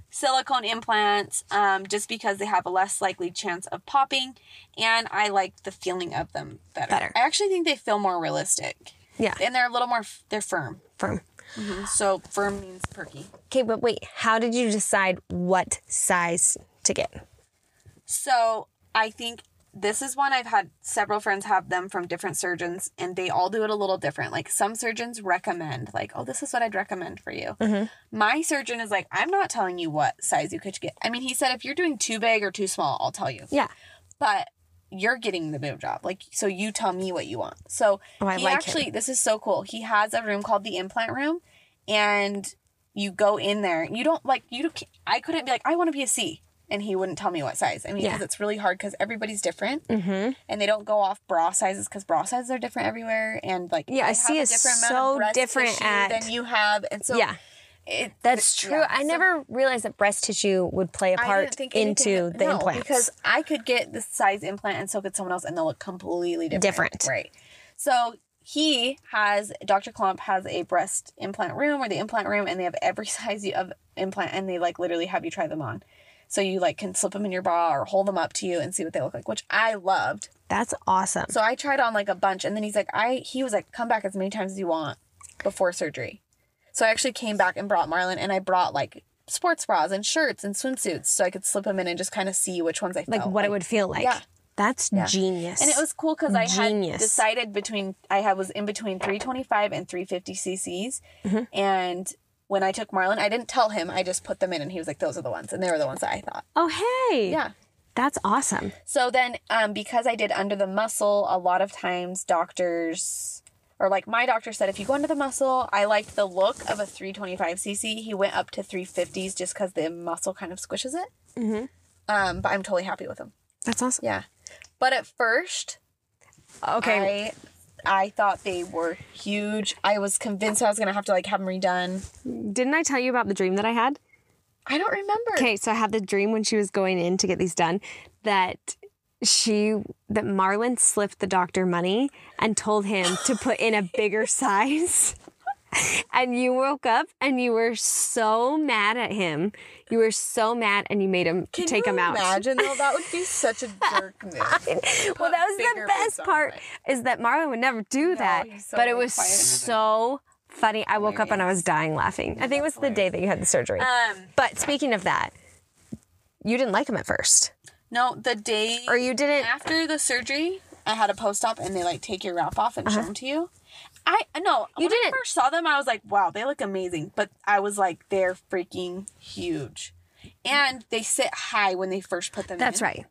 A: silicone implants um, just because they have a less likely chance of popping, and I like the feeling of them better.
B: Better.
A: I actually think they feel more realistic,
B: Yeah.
A: and they're a little more f- they're firm.
B: Firm.
A: So firm means perky.
B: Okay, but wait. How did you decide what size to get?
A: So I think this is one I've had several friends have them from different surgeons, and they all do it a little different. Like some surgeons recommend, like, oh, this is what I'd recommend for you. My surgeon is like, I'm not telling you what size you could get. I mean, he said if you're doing too big or too small, I'll tell you.
B: Yeah.
A: But you're getting the boob job. Like, so you tell me what you want. So
B: Oh, I
A: he
B: like him.
A: actually, this is so cool. He has a room called the implant room, and you go in there. You don't like you. don't- I couldn't be like I want to be a C, and he wouldn't tell me what size. I mean,
B: Yeah.
A: because it's really hard because everybody's different, mm-hmm. and they don't go off bra sizes because bra sizes are different everywhere, and like
B: Yeah, I
A: they
B: see
A: have a
B: it's
A: amount of
B: so
A: breast
B: different
A: tissue
B: at-
A: than you have, and so
B: Yeah.
A: it,
B: That's true.
A: yeah.
B: I
A: So-
B: never realized that breast tissue would play a
A: I
B: part
A: didn't think anything
B: into
A: of-
B: the
A: no,
B: implants.
A: because I could get the size implant and so could someone else, and they'll look completely different.
B: Different.
A: right? So he has Dr. Klump has a breast implant room or the implant room, and they have every size you- of implant, and they like literally have you try them on. So you like can slip them in your bra or hold them up to you and see what they look like, which I loved.
B: That's awesome.
A: So I tried on like a bunch, and then he's like, I he was like, come back as many times as you want before surgery. So I actually came back and brought Marlon, and I brought like sports bras and shirts and swimsuits, so I could slip them in and just kind of see which ones I
B: like
A: felt
B: what it would feel like.
A: yeah.
B: That's genius.
A: And it was cool because I had
B: Genius.
A: decided between I had was in between 325 and 350 cc's,
B: Mm-hmm.
A: and when I took Marlon, I didn't tell him. I just put them in, and he was like, "Those are the ones," and they were the ones that I thought.
B: Oh hey.
A: Yeah.
B: That's awesome.
A: So then, um, because I did under the muscle, a lot of times doctors, or like my doctor said, if you go under the muscle, I liked the look of a 325cc. He went up to 350s just because the muscle kind of squishes it. Mm-hmm. Um, but I'm totally happy with him.
B: That's awesome.
A: Yeah. But at first,
B: Okay.
A: I. I thought they were huge. I was convinced I was gonna have to like have them redone.
B: Didn't I tell you about the dream that I had?
A: I don't remember.
B: Okay, so I had the dream when she was going in to get these done that she that Marlon slipped the doctor money and told him to put in a bigger size. And you woke up and you were so mad at him. You were so mad and you made him
A: Can
B: take
A: you
B: him out.
A: Imagine though, that would be such a jerk move.
B: Well, that was the best part is that Marlon would never do that.
A: he's so
B: but it was
A: quiet and
B: so funny. I woke up and I was dying laughing. I think it was the day that you had the surgery.
A: Um,
B: but speaking of that, you didn't like him at first.
A: no, the day
B: Or you didn't
A: after the surgery, I had a post op and they like take your wrap off and show them to you. I no, you when I
B: Uh-huh. didn't.
A: first saw them, I was like, wow, they look amazing. But I was like, they're freaking huge, and they sit high when they first put them.
B: That's
A: in.
B: right.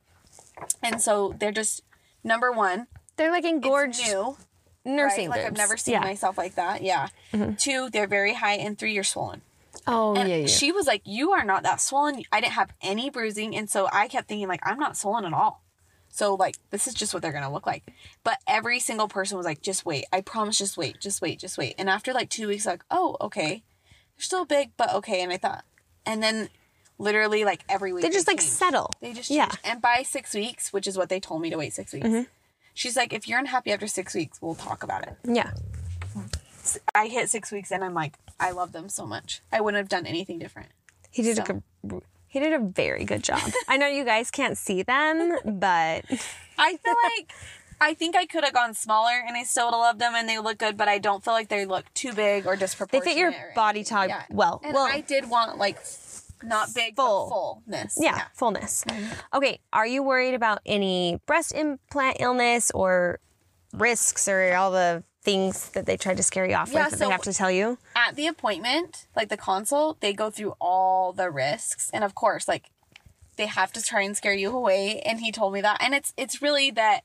A: And so they're just number one,
B: They're like engorged
A: it's new,
B: nursing
A: right? Like I've
B: boobs.
A: never seen
B: yeah. Mm-hmm.
A: myself like that. Yeah. Two, they're very high, and three, you're swollen.
B: Oh
A: And
B: yeah, yeah.
A: she was like, You are not that swollen. I didn't have any bruising. And so I kept thinking, like, I'm not swollen at all. So like this is just what they're gonna look like. But every single person was like, just wait. I promise, just wait, just wait, just wait. And after like two weeks, like, oh, okay. They're still big, but okay. And I thought and then literally like every week
B: they just like
A: changed.
B: settle.
A: They just
B: yeah. Mm-hmm.
A: changed. And by six weeks, which is what they told me to wait six weeks. She's like, if you're unhappy after six weeks, we'll talk about it.
B: Yeah.
A: I hit six weeks and I'm like, I love them so much. I wouldn't have done anything different.
B: He did a
A: So.
B: good, he did a very good job. I know you guys can't see them, but
A: I feel like I think I could have gone smaller and I still would have loved them and they look good, but I don't feel like they look too big or
B: they
A: disproportionate.
B: fit your
A: or
B: body
A: anything.
B: type
A: Yeah.
B: well.
A: And
B: well,
A: I did want like not big
B: Full.
A: but fullness.
B: yeah, fullness. Okay, are you worried about any breast implant illness or risks or all the things that they try to scare you off
A: Yeah,
B: with that
A: so-
B: they have to tell you?
A: At the appointment, like the consult, they go through all the risks and of course, like they have to try and scare you away. And he told me that, and it's it's really that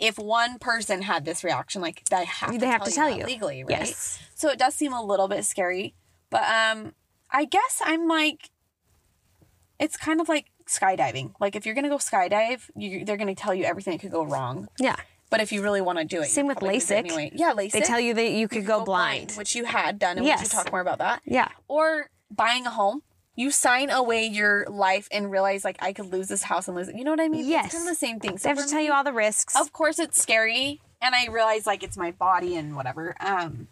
A: if one person had this reaction, like they have to
B: They have
A: tell
B: to
A: you that
B: tell you.
A: legally, right?
B: Yes.
A: So it does seem a little bit scary, but um, I guess I'm like, it's kind of like skydiving. Like if you're gonna go skydive, you, they're gonna tell you everything that could go wrong.
B: Yeah.
A: But if you really want to do it,
B: Same
A: you
B: with
A: probably do it
B: LASIK.
A: Anyway. Yeah, LASIK.
B: They tell you that you could go,
A: Go
B: blind.
A: which you had done, and we
B: Yes.
A: should talk more about that
B: Yeah.
A: or buying a home. You sign away your life and realize like I could lose this house and lose it. You know what I mean?
B: Yes.
A: It's kind of the same thing.
B: They
A: So
B: have
A: for
B: to tell you all the risks.
A: of course it's scary and I realize like it's my body and whatever. Um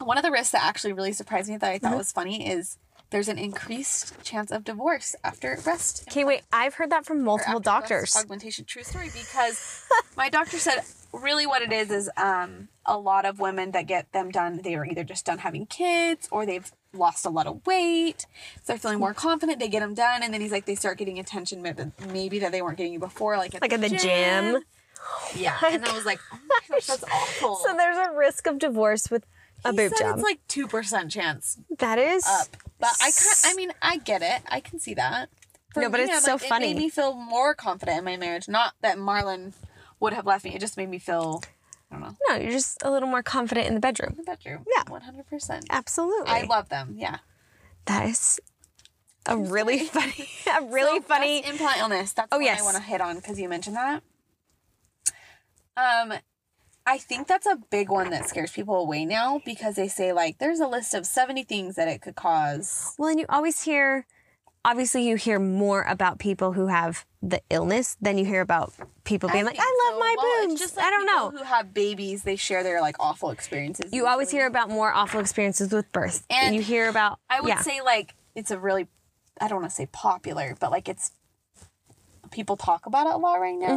A: one of the risks that actually really surprised me that I thought
B: Mm-hmm.
A: was funny is there's an increased chance of divorce after breast
B: Okay, wait. I've heard that from multiple
A: after breast
B: doctors.
A: Augmentation, true story. Because my doctor said, really, what it is is um, a lot of women that get them done, they are either just done having kids or they've lost a lot of weight, so they're feeling more confident. They get them done, and then he's like, they start getting attention, maybe- maybe that they weren't getting you before, like at
B: Like at the gym.
A: Yeah, and I was like, oh my gosh, that's awful.
B: So there's a risk of divorce with a
A: He
B: boob
A: said
B: job.
A: It's like two percent chance
B: that is
A: up, but I can't. I mean, I get it. I can see that. For
B: No, but it's
A: I'm
B: so
A: like, It
B: funny.
A: made me feel more confident in my marriage. Not that Marlon would have left me. It just made me feel. I don't know.
B: no. You're just a little more confident in the bedroom.
A: The bedroom.
B: Yeah.
A: one hundred percent.
B: Absolutely.
A: I love them. Yeah.
B: that is a really funny, a really
A: So,
B: funny. Oh,
A: breast implant illness. That's what
B: yes.
A: I want to hit on because you mentioned that. Um, I think that's a big one that scares people away now because they say like there's a list of seventy things that it could cause.
B: Well, and you always hear, obviously, you hear more about people who have the illness than you hear about people being like,
A: think
B: "I love
A: so.
B: my
A: Well, it's
B: boobs."
A: just like
B: I don't
A: people
B: know.
A: Who have babies, they share their like awful experiences.
B: you always
A: usually.
B: hear about more awful experiences with birth.
A: And
B: you hear about.
A: I would
B: yeah.
A: say like it's a really, I don't want to say popular, but like it's people talk about it a lot right now.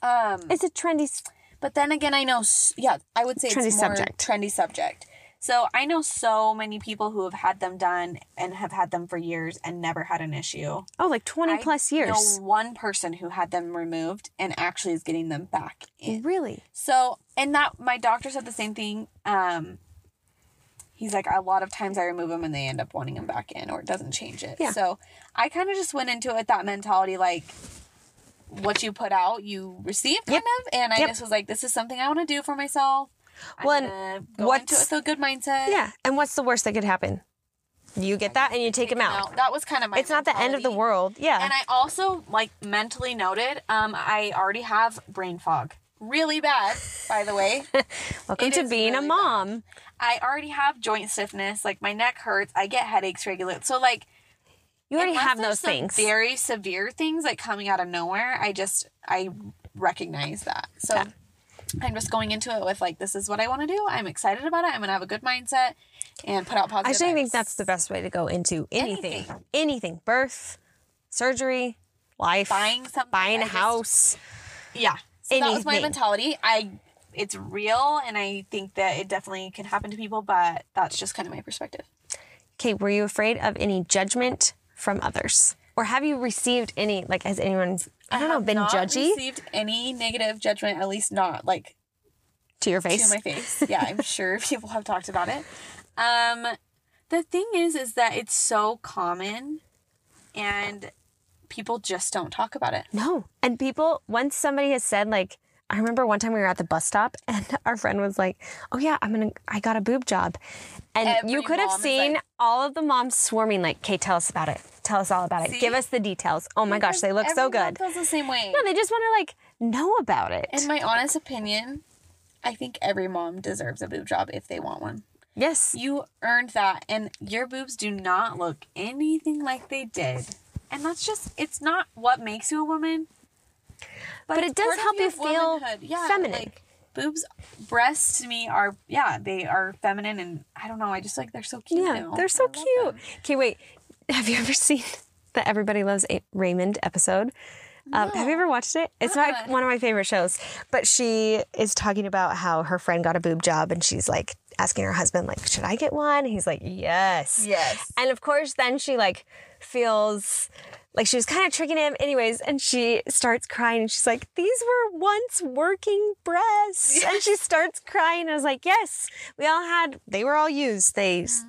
B: Mm-hmm.
A: Um,
B: it's a trendy. s-
A: but then again, I know. s- Yeah, I would say
B: Trendy
A: it's more
B: subject.
A: Trendy subject. So I know so many people who have had them done and have had them for years and never had an issue.
B: Oh, like twenty
A: I
B: plus years.
A: Know one person who had them removed and actually is getting them back in.
B: Really?
A: So, and that my doctor said the same thing. Um, he's like, a lot of times I remove them and they end up wanting them back in, or it doesn't change it.
B: Yeah.
A: So, I kind of just went into it with that mentality, like what you put out, you receive, kind of. And I
B: Yep.
A: just was like, this is something I want to do for myself. I'm
B: Well, and
A: gonna go into it
B: what's-
A: with a good mindset.
B: Yeah. And what's the worst that could happen? You get that and you take him out.
A: Now, that was kind of my.
B: It's not the end of the
A: mentality.
B: world. Yeah.
A: And I also like mentally noted, um, I already have brain fog, really bad, by the way.
B: Welcome
A: it
B: to
A: is
B: being a
A: really bad.
B: mom.
A: I already have joint stiffness, like my neck hurts, I get headaches regularly. So like
B: You already
A: unless
B: have
A: there's
B: those
A: some
B: things.
A: Very severe things like coming out of nowhere. I just I recognize that. So
B: Yeah.
A: I'm just going into it with like this is what I want to do. I'm excited about it. I'm gonna have a good mindset and put out positive.
B: I actually
A: vibes.
B: think that's the best way to go into anything. Anything.
A: Anything.
B: Birth, surgery, life,
A: buying something
B: buying
A: I
B: a
A: just-
B: house.
A: Yeah. So that was my
B: Anything.
A: mentality. I it's real and I think that it definitely can happen to people, but that's just kind of my perspective.
B: Okay, were you afraid of any judgment from others? Or have you received any, like, has anyone, I don't know,
A: have
B: been
A: not
B: judgy
A: Received any negative judgment? At least not like
B: to your face?
A: to my face. Yeah, I'm sure people have talked about it. Um, the thing is, is that it's so common, and people just don't talk about it.
B: Oh no. And people, once somebody has said, like, I remember one time we were at the bus stop and our friend was like, "Oh yeah, I'm gonna. I got a boob job," and
A: Every
B: you could have
A: mom is
B: seen
A: like-
B: all of the moms swarming. Like, "Okay, tell us about it. Tell us all about it.
A: See?
B: Give us the details." Oh my gosh, they look so
A: Everyone
B: good.
A: Feels the same way.
B: No, they just want to like know about it.
A: In my honest opinion, I think every mom deserves a boob job if they want one.
B: yes,
A: You earned that, and your boobs do not look anything like they did. And that's just, it's not what makes you a woman.
B: But it
A: it's
B: does
A: part of
B: help you
A: your
B: feel feminine.
A: boobs, breasts to me are, yeah, they are feminine, and I don't know, I just like, they're so cute.
B: yeah,
A: now.
B: they're
A: I
B: so
A: love
B: cute.
A: them.
B: Okay, wait. Have you ever seen the Everybody Loves A- Raymond episode? Um, have you ever watched it? It's not
A: Uh-uh.
B: one of my favorite shows, but she is talking about how her friend got a boob job, and she's like asking her husband, like, "Should I get one?" And he's like, "Yes."
A: Yes.
B: And of course, then she like feels like she was kind of tricking him, anyways. And she starts crying, and she's like, "These were once working breasts," and she starts crying. I was like, "Yes, we all had. They were all used. They s-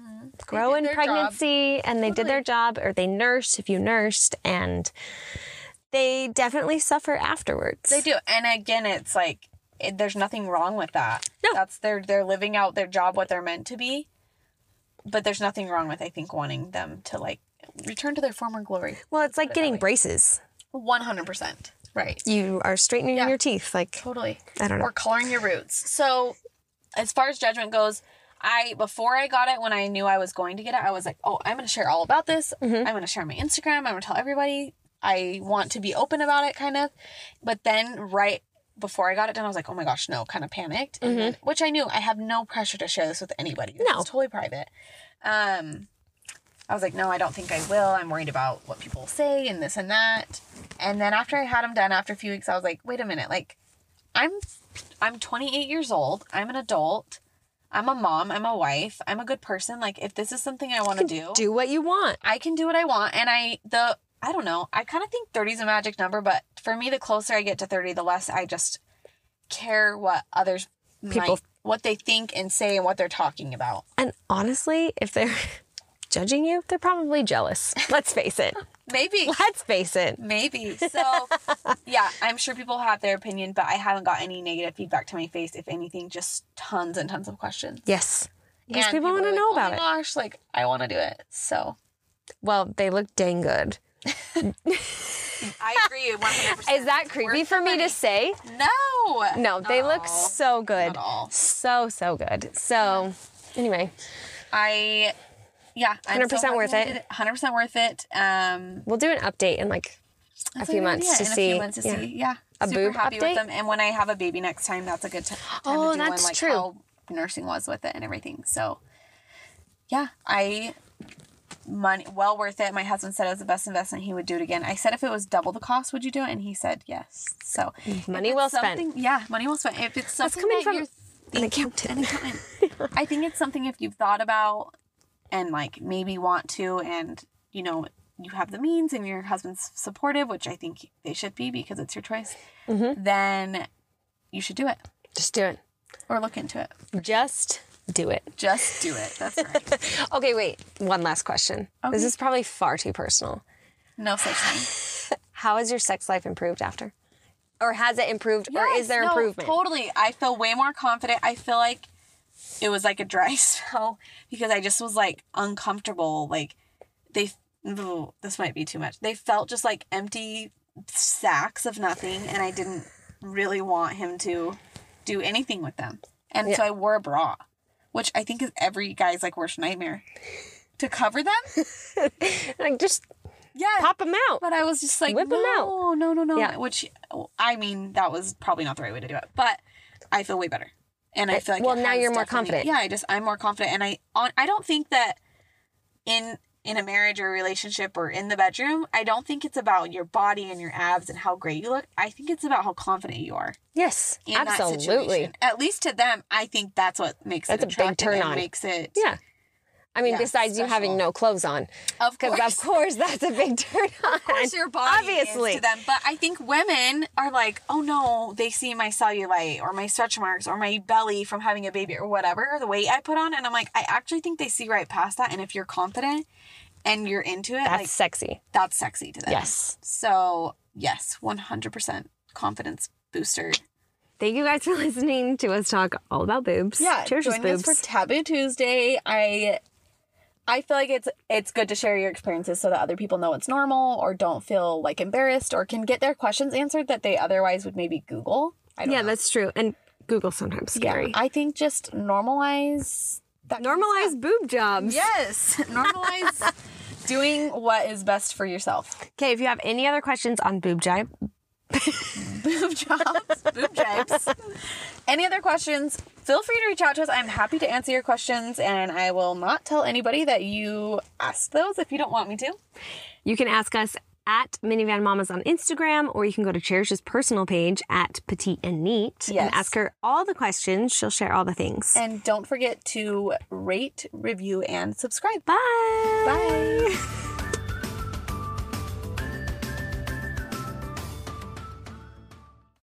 B: grow
A: Uh-huh. did
B: in
A: their job.
B: pregnancy, and they did their job, or they nursed if you nursed, and they definitely suffer afterwards.
A: They do, and again, it's like it, there's nothing wrong with that.
B: No.
A: that's their they're living out their job what they're meant to be. But there's nothing wrong with I think wanting them to like return to their former glory.
B: well, it's like getting braces.
A: One hundred percent. Right.
B: You are straightening
A: Yeah.
B: your teeth, like
A: Totally.
B: I don't know.
A: Or coloring your roots. So, as far as judgment goes, I before I got it, when I knew I was going to get it, I was like, oh, I'm going to share all about this.
B: Mm-hmm.
A: I'm going to share on my Instagram. I'm going to tell everybody. I want to be open about it, kind of. But then right before I got it done, I was like, oh my gosh, no, kind of panicked. And then- which I knew I have no pressure to share this with anybody. This
B: Mm-hmm. No.
A: is totally private. Um, I was like, no, I don't think I will. I'm worried about what people say and this and that. And then after I had them done, after a few weeks, I was like, wait a minute, like, I'm, I'm 28 years old. I'm an adult. I'm a mom. I'm a wife. I'm a good person. Like, if this is something I want to do,
B: do what you want.
A: I can do what I want. And I, the, I don't know. I kind of think 30 is a magic number, but for me, the closer I get to 30, the less I just care what others,
B: People-
A: might- what they think and say and what they're talking about.
B: And honestly, if they're judging you, they're probably jealous. Let's face it.
A: Maybe.
B: Let's face it.
A: Maybe. So, yeah, I'm sure people have their opinion, but I haven't got any negative feedback to my face. If anything, just tons and tons of questions.
B: Yes. Because
A: And
B: people, want
A: are like,
B: to know about
A: oh
B: it.
A: my gosh, like, I want to do it. So,
B: Well, they look dang good.
A: I agree 100%.
B: Is that creepy
A: Worth
B: for
A: the
B: me
A: money.
B: to say?
A: No.
B: No,
A: Not
B: they
A: at
B: look
A: all.
B: so good.
A: Not at all.
B: So, so good. So, anyway,
A: I, yeah, I'm
B: 100%
A: happy
B: worth
A: I
B: it.
A: did 100% worth it. Um,
B: we'll do an update in like a
A: that's a
B: few
A: good
B: months to
A: idea. In
B: see.
A: A few months to
B: yeah.
A: see. Yeah.
B: A
A: Super
B: boob
A: happy
B: update?
A: with them. And when I have a baby next time, that's a good ti- time
B: Oh,
A: to do
B: that's
A: one, like
B: true.
A: how nursing was with it and everything. So, yeah, I money well worth it. My husband said it was the best investment. He would do it again. I said if it was double the cost, would you do it? And he said yes. So if
B: Money
A: it's
B: well spent.
A: something- Yeah, money well spent. If it's something
B: coming
A: that
B: from
A: you're
B: an accountant.
A: an accountant. I think it's something if you've thought about and like maybe want to and you know you have the means and your husband's supportive, which I think they should be because it's your choice, then you should do it
B: Just do it.
A: or look into it.
B: Just do it.
A: Just do it. That's right.
B: Okay, wait. One last question. This
A: Okay.
B: is probably far too personal.
A: No such thing.
B: How has your sex life improved after? Or has it improved? or is
A: Yes,
B: there
A: no,
B: improvement?
A: Totally. I feel way more confident. I feel like it was like a dry spell because I just was like uncomfortable. Like they, ugh, this might be too much. They felt just like empty sacks of nothing, and I didn't really want him to do anything with them. And so I wore a bra, which I think is every guy's like worst nightmare to cover them.
B: Like, just
A: Yeah,
B: pop them out.
A: but I was just like,
B: Whip 'em
A: no,
B: out.
A: no, no, no.
B: Yeah.
A: Which, I mean, that was probably not the right way to do it, but I feel way better, and I feel like
B: well,
A: it
B: now
A: has
B: you're more
A: definitely-
B: confident.
A: Yeah, I just I'm more confident, and I on I don't think that in in a marriage or relationship or in the bedroom, I don't think it's about your body and your abs and how great you look. I think it's about how confident you are
B: Yes,
A: in that
B: absolutely.
A: situation. At least to them, I think that's what makes
B: That's a
A: it
B: big
A: attractive
B: turn
A: and
B: on.
A: Makes it
B: Yeah. I mean,
A: Yeah,
B: besides you having
A: special.
B: no clothes on,
A: of
B: because of course that's a big turn on. Of
A: course your body
B: obviously.
A: is to them. But I think women are like, oh no, they see my cellulite or my stretch marks or my belly from having a baby or whatever, or the weight I put on. And I'm like, I actually think they see right past that. And if you're confident and you're into it,
B: That's
A: like uh,
B: sexy.
A: that's sexy to them.
B: Yes.
A: So yes, 100% confidence booster.
B: Thank you guys for listening to us talk all about boobs.
A: Yeah,
B: Cheers with
A: joining us
B: boobs.
A: for Taboo Tuesday. I I feel like it's it's good to share your experiences so that other people know it's normal or don't feel like embarrassed or can get their questions answered that they otherwise would maybe Google. I don't
B: yeah,
A: know.
B: that's true. And Google sometimes scary.
A: Yeah, I think just normalize that.
B: Normalize boob jobs.
A: Yes, normalize doing what is best for yourself.
B: Okay, if you have any other questions on boob job,
A: Boob jobs, boob jobs. Any other questions? Feel free to reach out to us. I'm happy to answer your questions, and I will not tell anybody that you asked those if you don't want me to.
B: you can ask us at Minivan Mamas on Instagram, or you can go to Cherish's personal page at Petite and Neat
A: Yes.
B: and ask her all the questions. She'll share all the things.
A: And don't forget to rate, review, and subscribe.
B: Bye.
A: Bye.